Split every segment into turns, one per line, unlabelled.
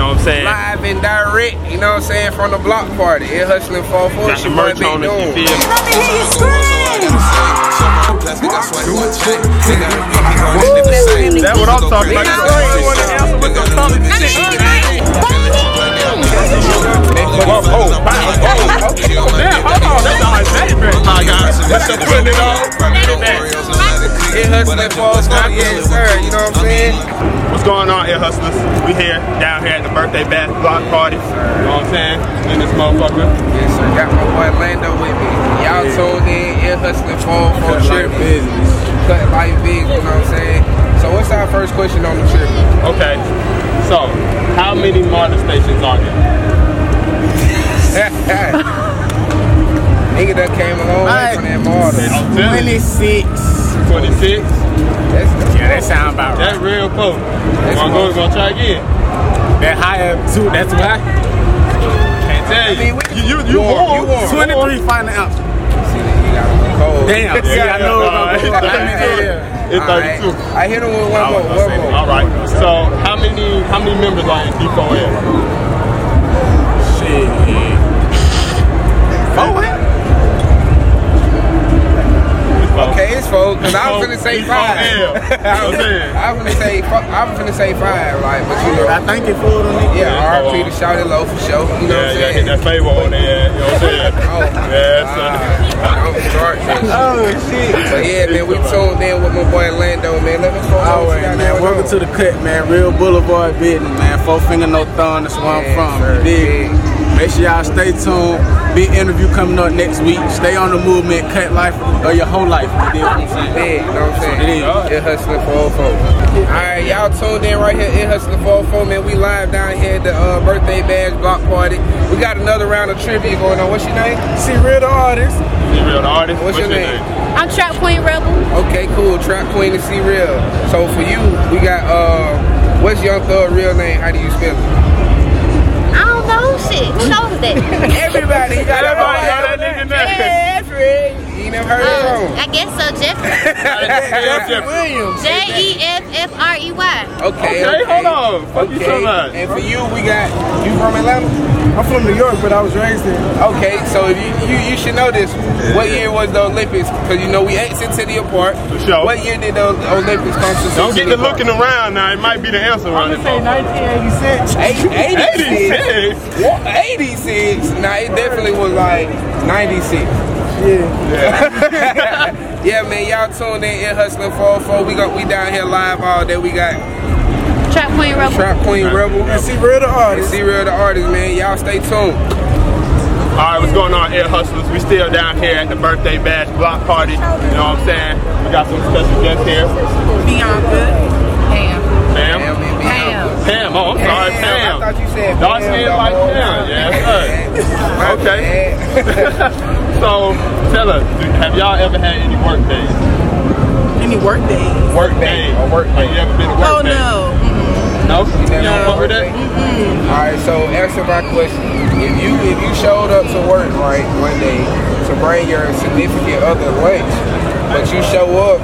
I'm saying?
Live and direct, you know what I'm saying, from the block party. It hustling 4 4
Got the merch on it, you feel me?
Let me hear you scream.
Plastic, I swipe my chick. Nigga, I'm going to the same.
That's what I'm talking
Nigga,
about. You don't
I ain't
even wanna answer with your stomach
I
shit.
mean, like,
Whoa, oh, wow, oh, oh, damn, hold on, that's all it's that, man.
I got some
That's just putting it on.
It hustling 4 4, yes, sir, you know what I'm saying?
What's going on, Air Hustlers? We here, down here at the birthday bash block party. You know what I'm saying? In this motherfucker.
Yes, sir. Got my boy Lando with me. Y'all tuned in, Air Hustling 4 4 Trip. Cut life big, you know what I'm saying? So, what's our first question on the trip?
Okay, so, how many modern stations are there?
Nigga that came a long way from that model.
I'm telling you,
26.
26.
That's,
Yeah, that sound about right.
That real close. I'm going to try again.
That high up too. That's why.
Can't tell you.
mean, we-
You, you, you
Warm,
warm.
you warm.
Warm.
23 final out.
see, you got a cold.
Damn. See, I know.
All right.
it's gonna go up. I mean, yeah.
It's 32.
Alright. I hit him with one more. One more.
All right. So, how many how many members are in D4L?
Oh, what?
Okay, it's four. Cause I was finna say five.
Yeah.
I was
I'm saying.
I was finna say fu- I was finna say five. Like, but you know,
I think it fooled on it.
yeah. RP to shout it low for sure. You know
Yeah, yeah, hit
what I'm saying?
that favor on there. You know what I'm saying?
Oh,
Yeah, son.
I'm sorry.
Oh, shit.
But yeah, man, we tuned in with my boy Lando, man. Let me know
All
what
right,
you got
man.
going
Welcome
on.
to the cut, man. Real Boulevard business, man. Four finger, no thumb. That's where
Yeah,
I'm from.
sir.
You dig? me? Make sure y'all stay tuned. Big interview coming up next week. Stay on the movement. Cut life or your whole life. You dig what I'm saying?
Yeah, you know what I'm saying?
It is.
It hustling 404. Alright, y'all tuned in right here, It Hustling 404, man. We live down here at the uh, birthday bash block party. We got another round of trivia going on. What's your name?
See, real the artist.
You real the artist?
What's your name?
I'm Trap Queen Rebel.
Okay, cool. Trap Queen and C Real. So for you, we got uh what's Young Thug real name? How do you spell it?
I don't know shit. Who knows that?
Everybody, you got
Everybody know that nigga
everybody.
Oh. name.
Every. You ain't never heard
Um,
it
I guess so. Jeff
Jeff Jeffrey.
Williams.
J E F F R E Y.
Okay,
Okay, hold on. Fuck you so much.
Okay. And for you, we got you from Atlanta.
I'm from New York, but I was raised in.
Okay, so if you, you you should know this. What year was the Olympics? Because you know we ain't Centennial Park.
For sure.
What year did the Olympics come to?
Don't get to
Centennial Park?
looking around now. It might be the answer right now.
1986.
Eight- 86.
86.
What? 86. Nah, it definitely was like 96. Yeah. yeah, man. Y'all tuned in in Hustling 404. We got we down here live all day. We got
Trap Queen Rebel.
Trap Queen Rebel and
See, real the artist.
C-Real the artist, man. Y'all stay tuned.
All right, what's going on, Air Hustlers? We still down here at the birthday bash block party. You know what I'm saying? We got some special guests here.
Damn,
Bianca. Pam.
man, be
Pam.
out.
Pam. Oh, I'm sorry. Pam.
I thought you said
Dark skin
Pam,
like
dog.
Pam. Yes, sir.
My
Okay.
bad.
So, tell us, do- have y'all ever had any work days?
Any work days?
Work day. Or work day. Have you ever been to work
Oh
day?
no. Mm-hmm.
No? You
never
don't fuck with that?
All right, so answer my question. If you if you showed up to work right one day to bring your significant other lunch, but you show up,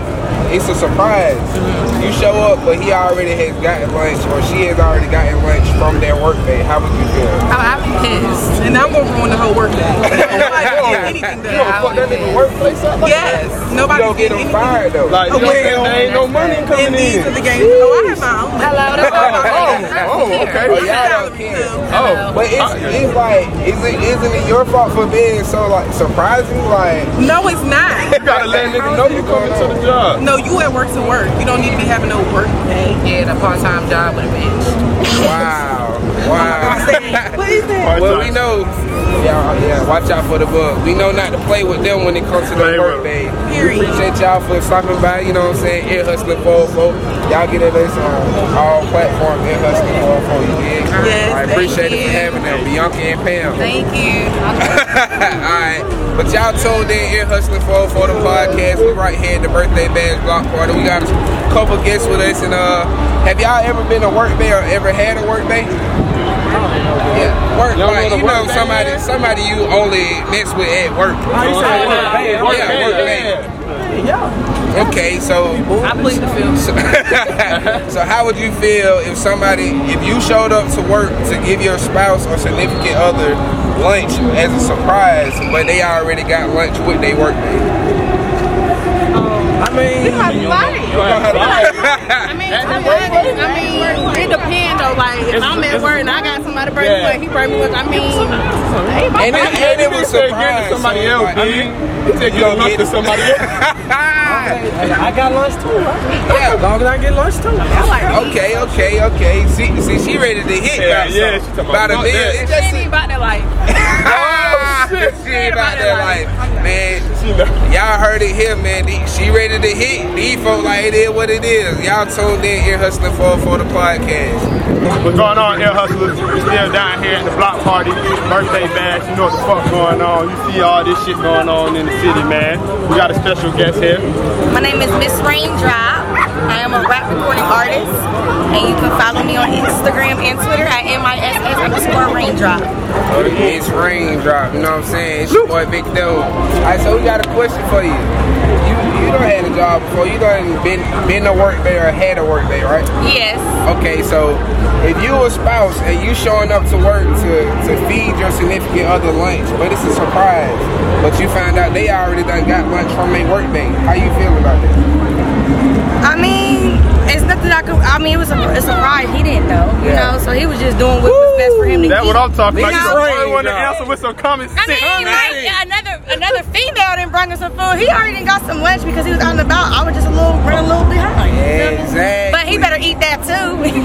it's a surprise.
Mm-hmm.
You show up, but he already has gotten lunch or she has already gotten lunch from their work day. How would you feel?
Oh, I'd be pissed. And I'm gonna ruin the whole work day. Nobody get anything
You don't fuck
done.
that nigga workplace up. like that?
Yes.
You
Nobody
don't get them
anything.
fired though.
Like, you know what I'm saying? There ain't no money
And
coming
these are
in.
the games. Oh, I have my own.
Hello, that's all my name.
Oh, oh, okay.
Oh, y'all don't care.
Oh,
But it's, it's like, is it, isn't it your fault for being so like surprising? Like,
No, it's not.
you gotta let niggas know you coming to the job.
No, you at work to work. You don't need to be having no work day.
Yeah, a part-time job with a bitch.
wow, wow.
What is that?
Well, we know. Y'all, yeah, watch out for the bug. We know not to play with them when it comes to
Play
the
with
work day.
Period.
We appreciate y'all for stopping by. You know what I'm saying? Air Hustling 404. Y'all get it us on all platforms. Air Hustling 404. You dig?
Yes,
I
thank
appreciate it for
you.
having them, Bianca and Pam.
Thank you.
Alright, but y'all tuned in Ear Hustling 404 the podcast. We right here at the birthday bash block party. We got a couple guests with us and uh have y'all ever been a work day or ever had a work day? Yeah, work
Y'all know
like
what a
you know
work day
somebody
is?
somebody you only mess with at work.
Oh, you said work day.
Yeah, work day.
Yeah.
Shit, yeah.
Okay, so
I played the film.
so how would you feel if somebody, if you showed up to work to give your spouse or significant other lunch as a surprise, but they already got lunch with their workday?
I mean,
I mean, I'm glad that- I mean, it depends though. Like, if I'm at work and I got somebody to bring me
Yeah.
lunch, he bring me lunch. I mean, hey, my
And it,
birthday.
and it was
said give
surprise.
to somebody
so,
else,
like,
dude. He said you don't
get
to
it.
somebody else.
I got lunch too. Right?
Yeah.
As long as I get lunch too.
I'm like,
Okay, okay, okay. See, see, she ready to hit.
Yeah,
about
yeah,
something.
she talking about
about a
fuck
meal.
that.
It
She
just
ain't even about that life.
oh, shit, she ain't about that life, man.
You know.
Y'all heard it here, man. The- She ready to hit. These folks like it is what it is. Y'all tuned in ear hustling for for the podcast.
What's going on, Air Hustlers? We're still down here at the block party, birthday bash. You know what the fuck going on. You see all this shit going on in the city, man. We got a special guest here.
My name is Miss Raindrop. I am a rap recording artist, and you can follow me on Instagram and Twitter at MISS underscore Raindrop.
It's raindrop. You know what I'm saying? It's your boy Big Doe. All right, so we got a question for you. You you done had a job before. You done been been to work day or had a work day, right?
Yes.
Okay, so if you a spouse and you showing up to work to, to feed your significant other lunch, but it's a surprise, but you find out they already done got lunch from a work day, how you feel about that?
I mean, it's nothing I could. I mean, it was a, a surprise. He didn't know, you
Yeah.
know. So he was just doing what was best for him to
That's
eat.
what I'm talking about.
You
You
know?
the only one to
Raindrop.
answer with some common sense.
I mean, like yeah, another another female didn't bring us some food. He already done got some lunch because he was out and about. I was just a little ran a little behind. you know what I mean?
Exactly.
But he better eat that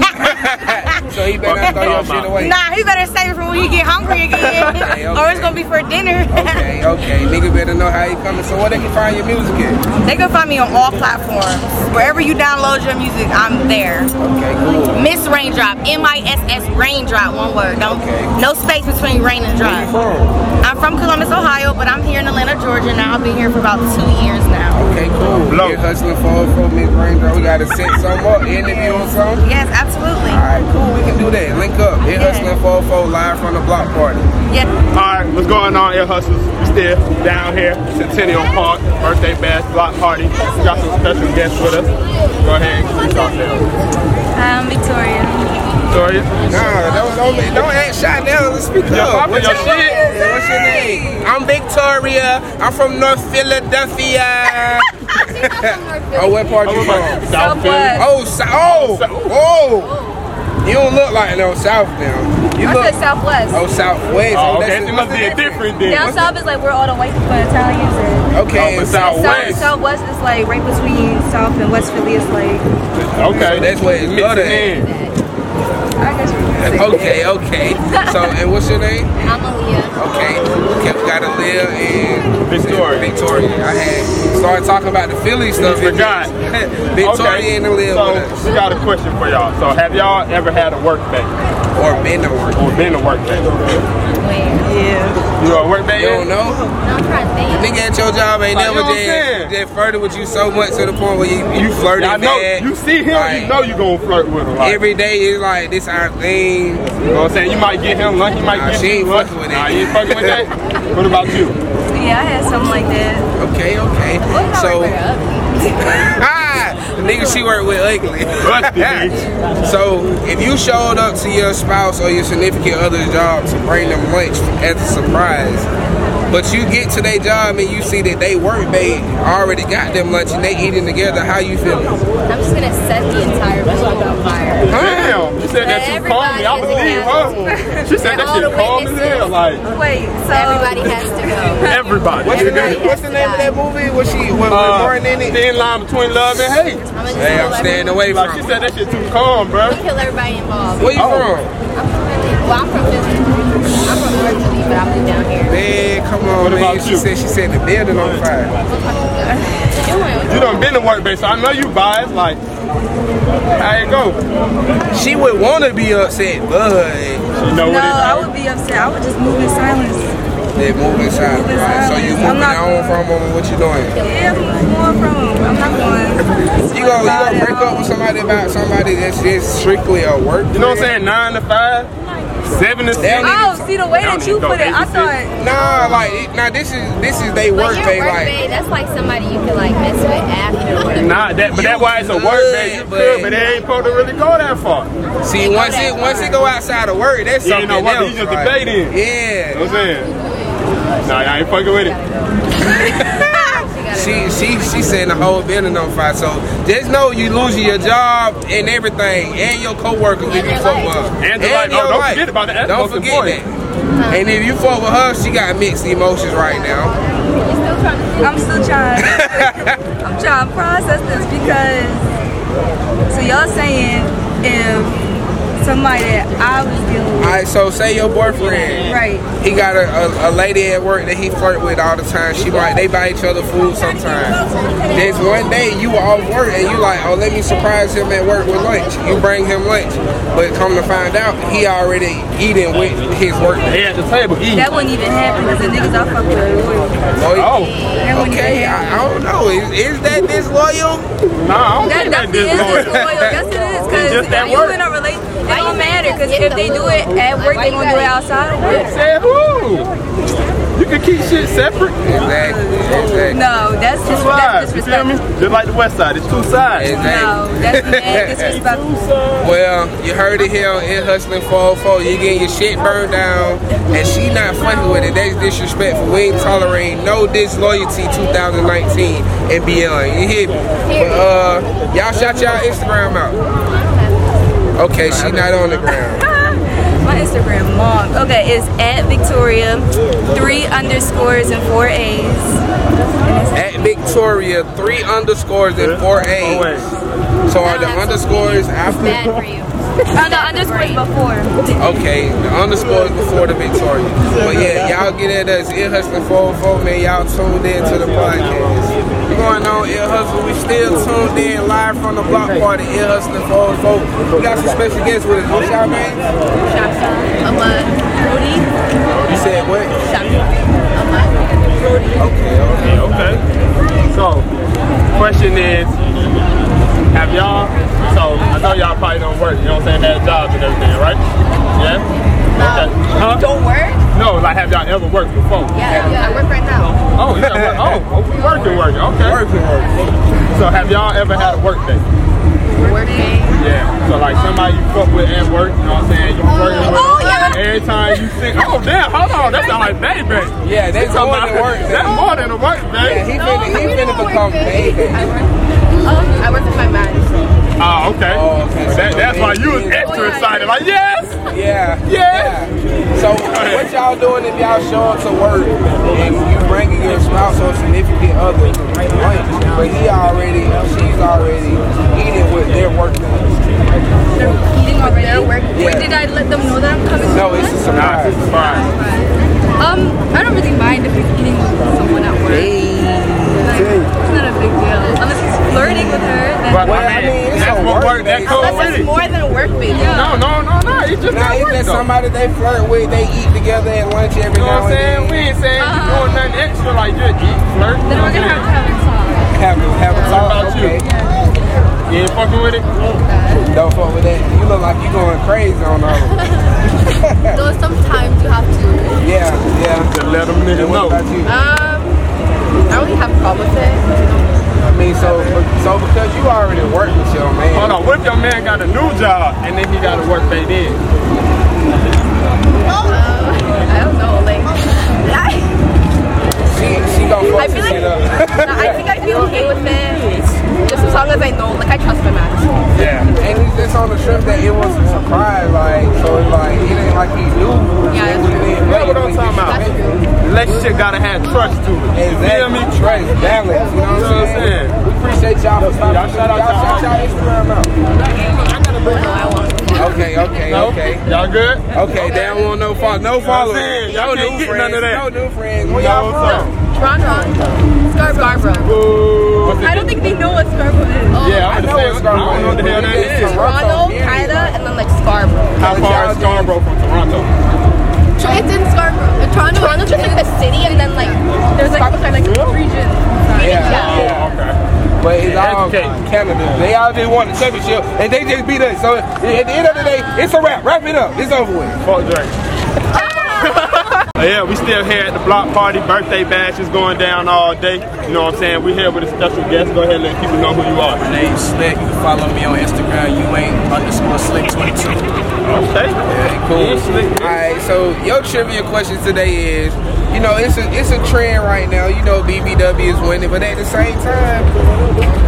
too.
So he better not throw your shit away.
Nah, he better save it for when he get hungry again,
Okay,
or it's
okay.
gonna be for dinner.
Okay, okay, nigga better know how you coming. So where they can find your music at?
they can find me on all platforms. Wherever you download your music, I'm there.
Okay, cool.
Miss Raindrop, M-I-S-S Raindrop, one word. Don't,
Okay.
No space between rain and
Where you
drop.
from?
I'm from Columbus, Ohio, but I'm here in Atlanta, Georgia now. I've been here for about two years now.
Okay, cool.
Blow.
You're hustling for for Miss Raindrop. We gotta set some up, interview on some.
Yes, absolutely.
Alright, cool, we can do that. Link up. Hit
Yeah.
Hustling 404 live from the block party.
Yes.
All right, what's going on, Air Hustlers? We still down here, Centennial Park, birthday bash, block party. We got some special guests with us. Go ahead and talk to them.
I'm Victoria.
Victoria?
Nah, don't, don't, don't act shy down. Let's speak up.
popping your shit.
What's your name? I'm Victoria. I'm from North Philadelphia. oh, what part you from?
South Philly.
Oh, so, oh, oh. You don't look like no South now. You look.
Southwest.
Oh, Southwest.
Oh,
that's
okay,
the-
it must be a different then. What's
South is like where all the white people and Italians are.
Okay,
Oh, but
so-
Southwest.
Southwest is like right between South and West Philly is like.
Okay.
That's where it's
Mixing
butter at.
in.
I guess you
Okay, okay. So, and what's your name?
I'm Aaliyah.
Okay, okay, we gotta live in
Victoria.
Victoria. I had started talking about the Philly stuff. and
forgot.
then Victoria
Okay,
and the live
so
with us,
we got a question for y'all. So have y'all ever had a work day
or been to work.
or been to work day?
Yeah.
You know, a work day?
You don't
is?
know.
No, I'm trying to think.
Nigga at your job ain't
Like, you
never
know what I'm saying?
did, did flirted with you so much to the point where you, you flirted
I know.
bad.
You see him,
Like,
you know you gonna flirt with him. Like,
Every day is like this our thing.
you know what I'm saying? You might get him lunch, you might
Nah,
get
she
you
ain't
lunch.
fucking with
Nah,
that.
you ain't fucking with that? What about you?
Yeah, I had something like that.
Okay, okay. So ah, the nigga she worked with ugly.
Busted, bitch.
So if you showed up to your spouse or your significant other's job to bring them lunch as a surprise, but you get to their job and you see that they workmate already got them lunch and they eating together, how you feeling?
I'm just gonna set the entire club on fire.
Damn, she said that you called me. I believe her. She said
And
that
all the
shit called as hell.
witnesses.
Like,
Wait, so
Everybody has to go.
everybody.
What's the name,
Everybody
what's the name of that movie? Was she with
Uh,
Warren in it?
thin line between love and hate.
I'm gonna just
Hey,
kill
I'm staying away
Like
from.
she
it.
said, oh. that shit too calm, bro.
everybody- Kill everybody involved.
Where you from?
I'm from Philly. Well, I'm from Philly. I'm from North Philly, but I moved down here.
Man, come on,
What
man.
about
she
you?
said she said the building on fire.
You done been to work base, so I know you biased. Like, how it go?
She would want to be upset, but
You know
no,
what it is.
I would be upset. I would just move in silence.
they moving silent. Right? So you
I'm
moving
not-
on from them? What you doing?
Yeah, I'm going from. I'm not going.
You gonna, you gonna break up with somebody about somebody that's just strictly a work?
You know what I'm saying? Nine to five. Seven to six.
Oh, see the way that you put it, I thought.
Nah, like it- nah, this is this is they work
But your
day.
work
Like
babe, that's like somebody you can like mess with afterwards.
Nah, that, but that's why it's a work day. You could,
Good, but-
but they ain't supposed to really go that far.
See, once it once it go outside of work, that's
You
something
ain't know what,
else.
you just
like,
debating. You know
Yeah,
what I'm saying? Nah, I ain't fucking with it.
she she she setting the whole building on fire. So just know you losing your job and everything, and your coworkers if you fuck with her,
And your life. Oh, don't forget about that. That's
Don't
most
forget
important.
that. And if you fuck with her, she got mixed emotions right now.
I'm still trying. I'm trying to process this because so y'all saying if somebody that I was dealing
All right, so say your boyfriend.
right,
He got a, a, a lady at work that he flirt with all the time. She might they buy each other food sometimes. There's one day you were off work and you like, oh let me surprise him at work with lunch. You bring him lunch, but come to find out he already eating with his work.
They at the table eating.
that wouldn't even happen because the niggas I fuck with are loyal.
Oh,
Oh,
That wouldn't even
okay.
happen.
I, I don't know. Is, is that disloyal?
nah, I don't
That
think that
definitely is
this
disloyal.
going.
Yes, it is.
It's just that
Because you
work.
in a relation, it don't matter. Because if they do it at work, they gonna do it outside of work.
Said who? You can keep shit separate.
Exactly. Exactly.
No, that's
Two
just
sides.
that's
You feel me?
disrespectful.
Just like the West Side, it's two sides.
No,
Exactly.
that's mad disrespectful.
Well, you heard it here in Hustling 404. You getting your shit burned down, and she not fucking with it. That's disrespectful. We ain't tolerating no disloyalty 2019 and beyond. You hear me? But, uh, y'all shout y'all Instagram out. Okay, she not on the ground.
My Instagram long. Okay, it's at Victoria, three underscores and four A's.
At Victoria, three underscores and four A's. So are the underscores after?
for you. Oh, the underscores before.
Okay, the underscore is before the Victoria. But yeah, y'all get at us, Ear Hustling 404, man. Y'all tuned in to the podcast. What's going on, Ear Hustle? We still tuned in live from the block party, Ear Hustling 404. We got some special guests with us. What's y'all name? You said what? Okay, okay.
Yeah, okay. So, question is, have y'all? So I know y'all probably don't work. You know what I'm saying? Had jobs and everything, right? Yeah.
Uh,
Okay. Huh?
Don't work?
No, like have y'all ever worked before?
Yeah, I work right now.
Oh, yeah. Work, oh, oh, working, working. Okay.
Working, working.
So have y'all ever had a work day?
Working.
Yeah. So like somebody you fuck with at work. You know what I'm saying? You working with.
Oh, yeah.
Every time you think, oh damn, hold on, that sound like baby.
Yeah, that's more than work.
That's more than a work
Yeah,
day.
he finna, he finna become baby.
I work with my mind.
Oh, okay.
Oh, okay. So
That, that's why you was
maybe-
Oh,
extra excited. Like, yes.
Yeah.
Yeah.
So what y'all doing if y'all show up to work and you bringing your spouse or significant other lunch, but he already, she's already eating with their work.
Eating with their work.
Yeah.
Wait, did I let them know that I'm coming?
No, it's a
Nah, it's
surprise.
fine.
Um, I don't really mind if he's eating with someone at work. Like, it's not a big deal. Unless he's flirting with her, then
But
Well,
I
I mean,
mean,
it's
that's
a
what
work
work. That
day,
comes
so-
with it.
More than a work baby.
No, no, no, no. It's just not
Now, isn't
work
that
though.
somebody they flirt with? They eat together at lunch
You
every
know
now
what I'm saying?
and
We
then.
ain't saying you doing nothing extra like just eat, flirt.
Uh-huh. then we're gonna have to have a talk.
Have, have a
What
talk.
about you?
Okay.
You ain't fucking with it?
Don't fuck with that. You look like you going crazy on her.
Though sometimes you have to.
yeah, yeah.
Just let them niggas
And what
know.
about you?
I don't really have a problem with it.
I mean, so so because you already work with your man.
Hold on, what if your man got a new job and then he got to work day then?
Uh, I don't know, like, I,
She she gonna fuck
I
some
feel like,
shit up.
nah, I think I'd be okay with it. Just as long as I know, like, I trust my man.
Yeah.
And it's just on the trip that it was a surprise, like, so it's like, it ain't like he knew.
Yeah, that's true.
That's what I'm talking about. Relationship gotta have trust to it. You feel
Exactly.
me?
Trust, balance, you
You know
know what I'm
what I'm
saying?
saying?
We appreciate y'all for stopping.
Y'all shout out y'all-
y'all Instagram out. Okay, okay,
No?
okay.
Y'all good?
Okay, they don't want no follow. No followers.
saying?
No
Y'all
new
can't get none of
friends. No
that.
new friends. Where
Y'all
y'all
what's
from?
up?
Toronto. Scarborough.
Boo.
I don't think they know what Scarborough is.
Yeah,
I
I'm just
know it's
saying. I don't know what the hell that
It's
is.
Toronto, Canada, and then like Scarborough.
How far is Scarborough from Toronto?
It's in Scarborough. Toronto, Toronto's just like the city, and then like there's like Scarborough's like region.
Yeah,
Yeah.
yeah.
Oh, okay.
But it's all
Educate.
Canada. They all just won the championship and they just beat us. So at the end of the day, it's a wrap. Wrap it up. It's over with.
Fuck Drake. Uh, yeah, we still here at the block party. Birthday bash is going down all day. You know what I'm saying? We're here with a special guest. Go ahead and let people know who you are.
My name's Slick. You can follow me on Instagram. You ain't underscore slick 22.
Okay.
cool.
Yeah, slick.
Alright, so your trivia question today is, you know, it's a it's a trend right now. You know, BBW is winning, but at the same time,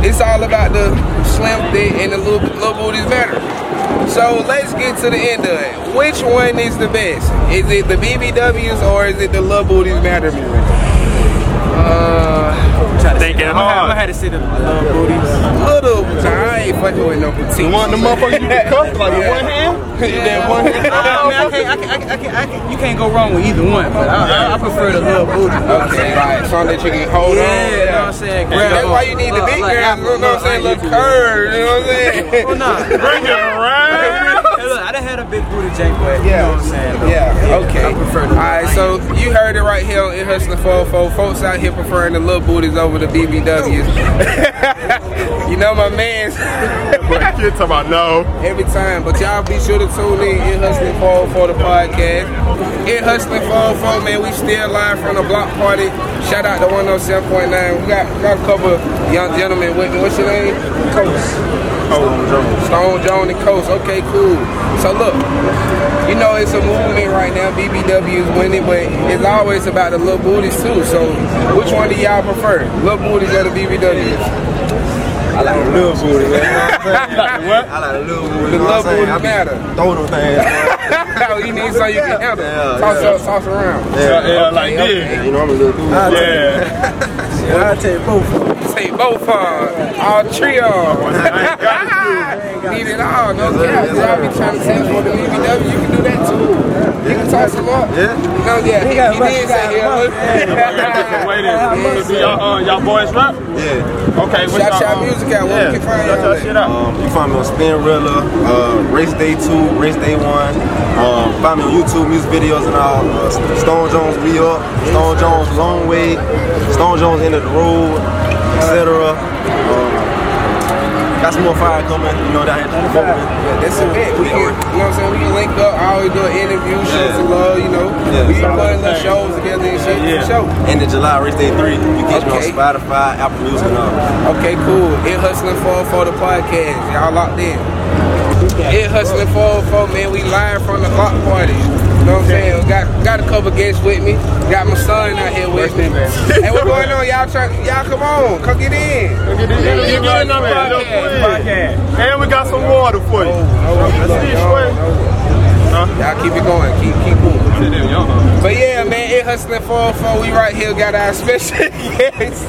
it's all about the slim thick and the little little booties better. So let's get to the end of it. Which one is the best? Is it the BBWs or is it the little booties matter music? Uh,
Thinking
I
hard.
had to sit in the little booties.
little. I ain't fucking with no petite.
You want the motherfucker you can cuff like in one hand?
that one.
I mean, I can't, I can't, I can't, I can't, you can't go wrong with either one, but I, I, I prefer the little booty.
Okay, like something that you can hold
Yeah,
on.
you know what I'm saying? Grab
That's
on.
why you need the
Uh,
big
like,
girls,
I'm-
you know what I'm
uh, I
saying?
need
Little
to-
curve, you know what I'm saying?
Well, nah. Hey,
Bring it around.
Look, I done had a big booty jank, but you
Yeah.
know what I'm saying? though.
Yeah, okay.
I prefer the
All right, so you heard it right here in Hustling 44. Folks out here preferring the little booties over the BBWs. you know my man's
But Kid talking about no.
every time. But y'all be sure to tune in in Hustling 404 the podcast. In Hustling 404, man, we still live from the block party. Shout out to 107.9. We got, we got a couple of young gentlemen with me. What's your name? Coach. Stone Jones and Coast. Okay, cool. So look, you know it's a movement right now. BBW is winning, but it's always about the little booties too. So which one do y'all prefer? Little booties or the BBWs?
I like the little booty, man. You know what I'm saying? I like the little booty.
The
you know
little
what I'm saying?
booty
I be
matter.
Throw them things. man.
you need so you can handle.
Yeah,
toss,
yeah.
Up, toss around.
Yeah, yeah, like
okay.
this.
You know I'm a little dude.
Yeah.
I take both.
Say both of 'em. all three of 'em.
I ain't got it.
Need it all, no cap. Y'all be trying to tell us what the BBW, you can do that too. You can toss them up.
Yeah.
No, yeah, he, he did say
Okay,
yeah.
Wait a minute. Do Y'all, uh, y'all boys rap?
Yeah.
Okay, what's
Shout
y'all,
y'all music out. Where
Yeah.
we can find
Shout
y'all
y'all
at?
shit out.
Um, you find me on Spinrilla, uh, Race Day 2, Race Day 1. Um, find me on YouTube, music videos and all. Uh, Stone Jones Be Up, Stone Jones Long Way, Stone Jones End of the Road, etc. Um, got some more fire coming, you know, down here. to promote it.
That's a bit. We can, you know what I'm saying? We can link up. I always do an interview, show some love, you know.
Yeah.
we can put little shows together and shit.
Yeah.
Show.
End of July, Race Day 3. You catch
Okay.
me on Spotify, Apple Music, and all.
Okay, cool. It Hustling 404 the podcast. Y'all locked in. It Hustling 404, man. We live from the block party. You know what I'm saying? Got got a couple guests with me. Got my son out here with me. Hey, what's going on? Y'all try, y'all come on. Come get in.
Get this interview done
on the
real
podcast.
quick. And we got some water for you. Let's see, Shrey.
Y'all keep it going. Keep keep moving.
Sit down, y'all.
But yeah, man, it hustling 404. We right here got our special guest.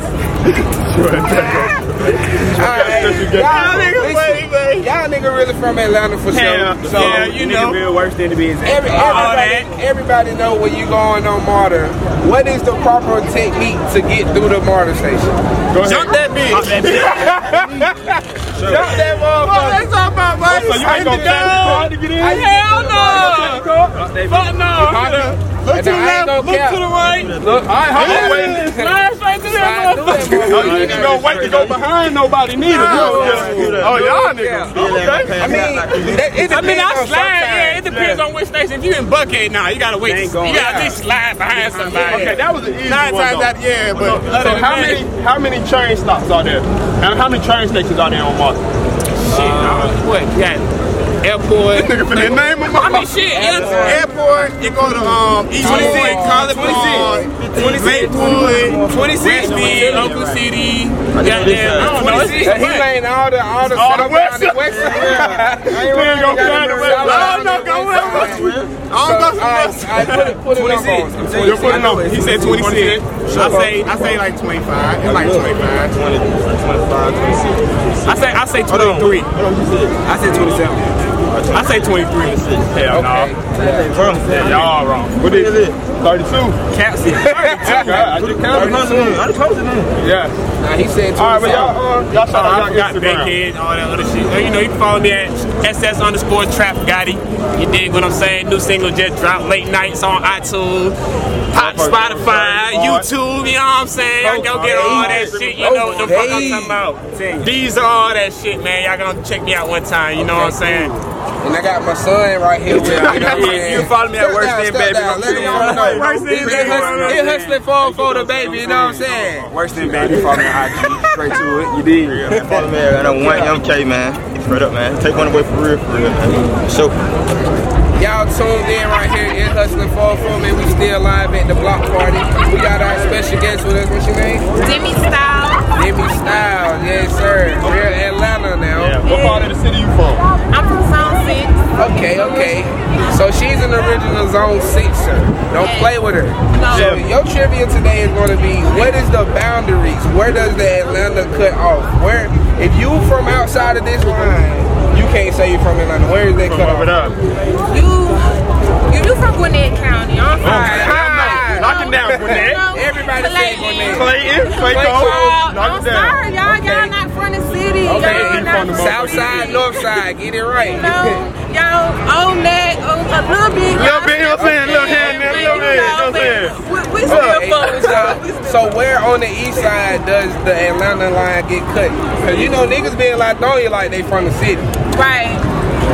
Alright, y'all, listen, y'all nigga really from Atlanta for
Yeah,
sure. So
yeah, you know.
worse than to be exact.
every, everybody, everybody know when you going on martyr. What is the proper technique to get through the martyr station?
Go ahead. Jump that
Jump that motherfucker.
So you ain't gonna catch the car to get in?
Hell
no! Fuck no!
Look to the left, look to the
right. Look, I
Yeah.
have wait.
Slide
right to
Slide through that motherfucker.
Oh, you ain't gonna wait to go behind nobody neither.
No.
You know, Oh, y'all niggas. Okay.
I mean, that, it depends on sometimes.
depends on which station. If you in Buckhead now, you gotta wait. You gotta just slide behind somebody. Okay, that was an easy Nine one. times out, yeah. But so how many how many train stops are there? And how many train stations are there on Martin? Shit, what? Yeah. Airport. Nigga, for the name of my I mean, shit. Airport. You go to um, East
26, College
26, Lakewood, 26, Oakland City. Goddamn, 26.
He laying all the all the
All Oh, the
south
west
down the west side.
I ain't gonna find the west. I don't know, go west. uh, I don't go
I put it, put it up on. I'm telling you.
You're putting on. He said 26. I say I say like 25. It's like 25. 20, 25, 26. I say I say 23. I said 27. Oh, I say 23 to 6. Hell no. Yeah, y'all wrong. What is it? 32. Caps 32. I just counted. I just counted Yeah.
Nah, he said
All right, but y'all, uh, y'all shout
out
out
y'all
y'all got
Instagram.
Bankhead, all that other shit. Uh, You know, you can follow me at SS underscore Trap Gotti. You dig what I'm saying? New single just dropped late nights on iTunes, Pop, Spotify, YouTube. You know what I'm saying? Y'all go get all that shit. You know what the fuck I'm talking about. These are all that shit, man. Y'all gonna check me out one time. You know what I'm saying?
And I got my son right here with me. You know what I'm saying?
You follow me at
Step
Worst
down,
Than
step
Baby.
down, Let him know. He been hustling- he hustling for, for the baby, you know what I'm saying?
Worse than baby, follow me on IG. Straight to it. You did. Follow me at one MK, man. Straight up, man. Take one away for real, for real, man. So,
Y'all tuned in right here in Hustling 44, man. We still live at the block party. We got our special guest with us. What's your name?
Demi Style.
Demi Style, yes, sir. Real Atlanta now. Yeah.
What part of the city you from?
I'm from Zone 6.
Okay, okay. So she's an original Zone 6, sir. Don't play with her.
No.
So your trivia today is going to be, what is the boundaries? Where does the Atlanta cut off? Where, if you from outside of this line, you can't say you're from Atlanta. Where is that cut off?
You, you from Gwinnett County. I'm sorry.
Knock it down, Gwinnett.
Everybody say Gwinnett.
Clayton, Clayton, knock it down.
Sorry, y'all, y'all not from the city.
Okay,
y'all not from
south side, north side, get it right.
You know, y'all own that a, a little bit.
Little bit, you know what I'm saying? Little hand there, little hand, you know what I'm saying?
We, we still
Hey,
fuck with y'all. We
so, so where on the east side does the Atlanta line get cut? Cause you know niggas being like on you like they from the city.
Right.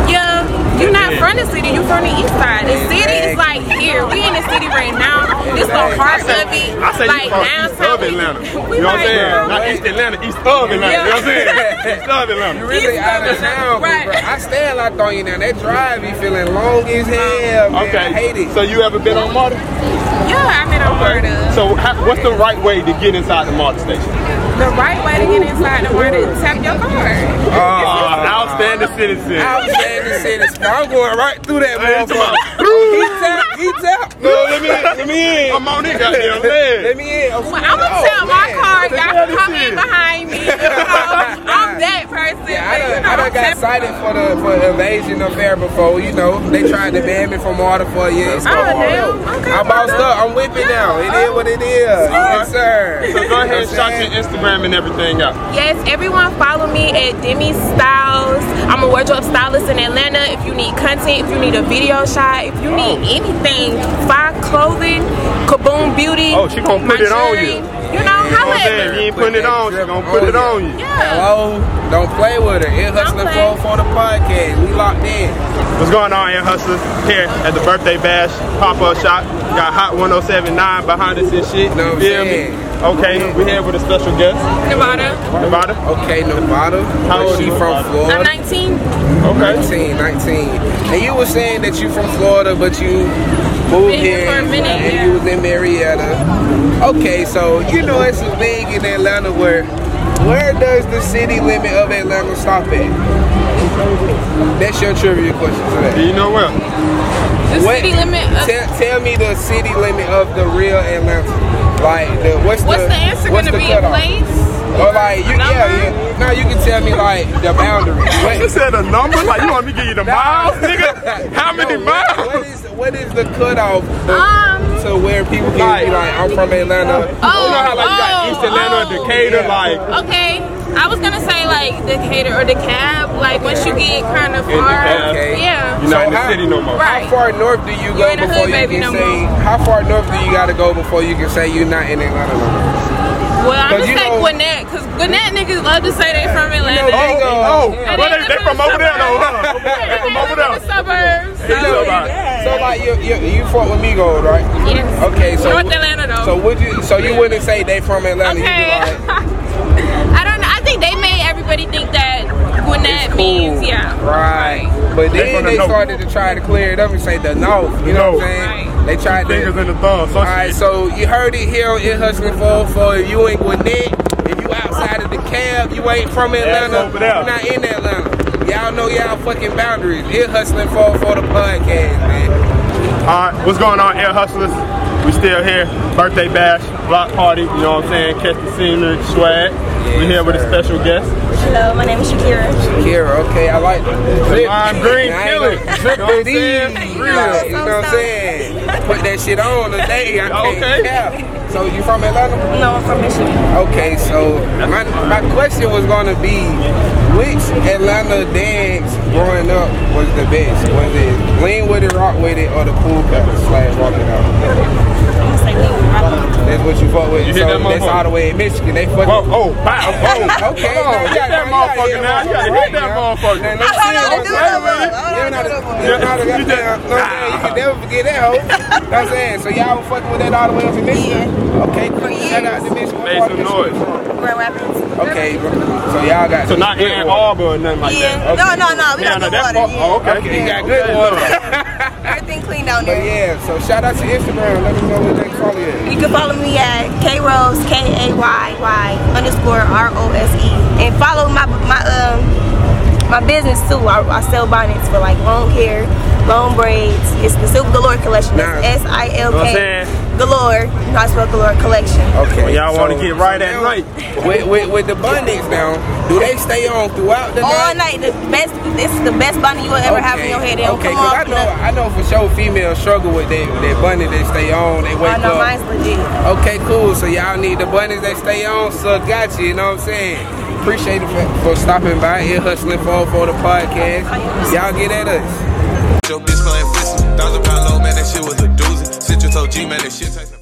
Yeah, you not from the city, you from the east side. The city is
Exactly.
like here. We in the city right now. This the
Exactly.
I
heart
say-
of it.
I say
like
you from
downtown.
east of Atlanta.
we
you know what
like,
I'm saying?
girl.
Not East Atlanta, east of Atlanta. You know what I'm saying? east of Atlanta.
You really out of town,
Right.
bro. I stay in Lithonia now. That drive be feeling long as hell, man. I hate
Okay.
it.
So you ever been on Martin?
Yeah, I mean, I'm
Okay.
word of.
So how, what's the right way to get inside the Martin station?
The right way to get inside the word is tap your card.
Uh, outstanding citizen.
I'm saying this shit is- I'm going right through that
Hey, come on.
motherfucker. He tap, he tap.
No, let me let me in. I'm on it, goddamn man.
Let me in.
Well, I'm gonna
Oh,
tell my
man.
What
card,
the
y'all
hell
can
this
come in
is?
behind me. You know, I'm that person.
Yeah,
but,
I
you
done,
know,
I done got
I'm tapping-
cited for the for evasion affair before. You know, they tried to ban me from order for a year. It's
Oh,
no order.
damn. Okay,
I bounced
okay.
up. I'm whipping now. It is what it is. Yes, sir.
So go ahead and
You know
shout your Instagram and everything out.
Yes, everyone follow me at Demi Styles. I'm a wardrobe stylist in Atlanta. If you need content, if you need a video shot, if you need anything, Fire Clothing, Kaboom Beauty.
Oh, she gonna
my
put it on you.
jewelry, You know,
You know what
holla
I'm
at
saying?
me.
If you ain't putting it on, she gonna put it on you.
Yeah.
Hello, don't play with her. It's hustling
play.
for for the podcast. We locked in.
What's going on, Air Hustlers? Here at the birthday bash pop-up shop. Got Hot 1079 behind us and shit.
Know what I'm
feel me?
saying?
Okay, we here with a special guest,
Nevada.
Nevada.
Okay, Nevada.
How old
she
you,
from
Nevada?
Florida?
I'm 19.
Okay.
19, 19. And you were saying that you from Florida, but you moved
Been here
here
for a minute,
and
yeah.
you was in Marietta. Okay, so you know it's a thing in Atlanta where where does the city limit of Atlanta stop at? That's your trivia question
Do
today.
you know where?
The
What-
city limit. Of,
Tell, tell me the city limit of the real Atlanta. Like, the, what's,
what's
the,
the answer
what's
gonna
the
be in
cutoff?
place?
Or like, you, yeah,
Number?
yeah. Now you can tell me like the boundaries. What-
You said a number? Like, you want me to give you the miles, nigga? How many
Yo, what-
miles?
What is what is the cutoff to,
Um.
to where people can be like, I'm from Atlanta?
Oh,
You know how, like, you got
oh,
East Atlanta,
oh.
Decatur, like,
Okay, I was gonna say like Decatur or Decab. Like once you get kind of far,
Decab.
yeah.
you're not in
So how-
the
Oh.
city no more.
oh. Right.
How far north do you
You
go
ain't a
before
hood
you
baby
can
no
say?
more.
How far north do you gotta go before you can say you're not in Atlanta no more?
Well, I'm
'Cause
gonna
you
say
know-
Gwinnett, cause Gwinnett niggas love to say they from Atlanta.
they go-
Oh,
Yeah.
well, they, they from over there, though, huh? They
They
from
live
over
in
there.
the suburbs.
So, so like you you, you fought with me gold, right?
Yes.
Okay, so
North Atlanta though.
So would you? So you wouldn't say they from Atlanta? You'd
okay.
be like,
I don't know. I think they made everybody think that Gwinnett means yeah.
Right. But
They
then
from the
they
north.
started to try to clear it up and say the north. You know what
North.
I'm saying? They tried
Fingers
to
in the thumb. So
All right, so you heard it here on In Hustling 404. If you ain't Gwinnett, if you outside of the cab, you ain't from Atlanta,
over there.
you not in Atlanta. Y'all know y'all fucking boundaries. In Hustling 404, the podcast, man.
All right, what's going on, Air Hustlers? We still here. Birthday bash, block party. You know what I'm saying? Catch the scenery, swag. we here with a special guest.
Hello, my name is Shakira.
Shakira, okay, I like that.
Lime green, kill it.
You know what I'm saying? Real, You know what I'm saying? Put that shit on today. I can't okay. So you from Atlanta?
No, I'm from Michigan.
Okay, so my, my question was gonna be, which Atlanta dance growing up was the best? Was it lean with it, rock with it, or the pool cut slash walking out? That's what you fuck with.
You hit that
so that's
motherfucker.
all the way in Michigan. They fucking.
Whoa, oh, pow,
whoa. okay,
Come on,
now,
hit
yeah,
that
now, yeah,
motherfucker now. You gotta hit that motherfucker.
Now, no shit. You know how to goddamn- know what I'm saying? You can never forget that hoe. know what I'm saying? So y'all were fucking with that all the way up to Michigan? Okay, cool. Shout out to Michigan. Made some noise.
Grand Rapids.
Okay, so y'all got
So not Ann Arbor or nothing like
Yeah.
that.
No, no, no, we
Yeah,
got good
that's
water,
fu-
yeah.
Oh, okay.
Okay, you got good water.
Everything clean down
But
there.
yeah, so shout out to Instagram. Let me know where they can follow you.
You can follow me at krose k a y y underscore r o s e, and follow my my um my business too. I, I sell bonnets for like long hair, long braids. It's the Silk Galore collection. That's S I L
Know what I'm saying?
K Galore. You know I spell Galore collection.
Okay.
When y'all wanna
so-
get right
so
at
now,
night.
With, with, with the bundles now, do they stay on throughout the
All
night?
night, the best. This is the best bonnet you will ever Oh, have in your head. They don't
okay,
come
'cause
off.
I know, I know for sure females struggle with that, that bunny that stay on, they wake
Oh, I know
up.
mine's legit.
Okay, cool. So y'all need the bunnies that stay on, so got you, you know what I'm saying? Appreciate it for, for stopping by here, hustling for for the podcast. Y'all get at us.
Your bitch playing frisbee. Thousand pound low, man, that shit was a doozy. Citrus OG, man, that shit tastes.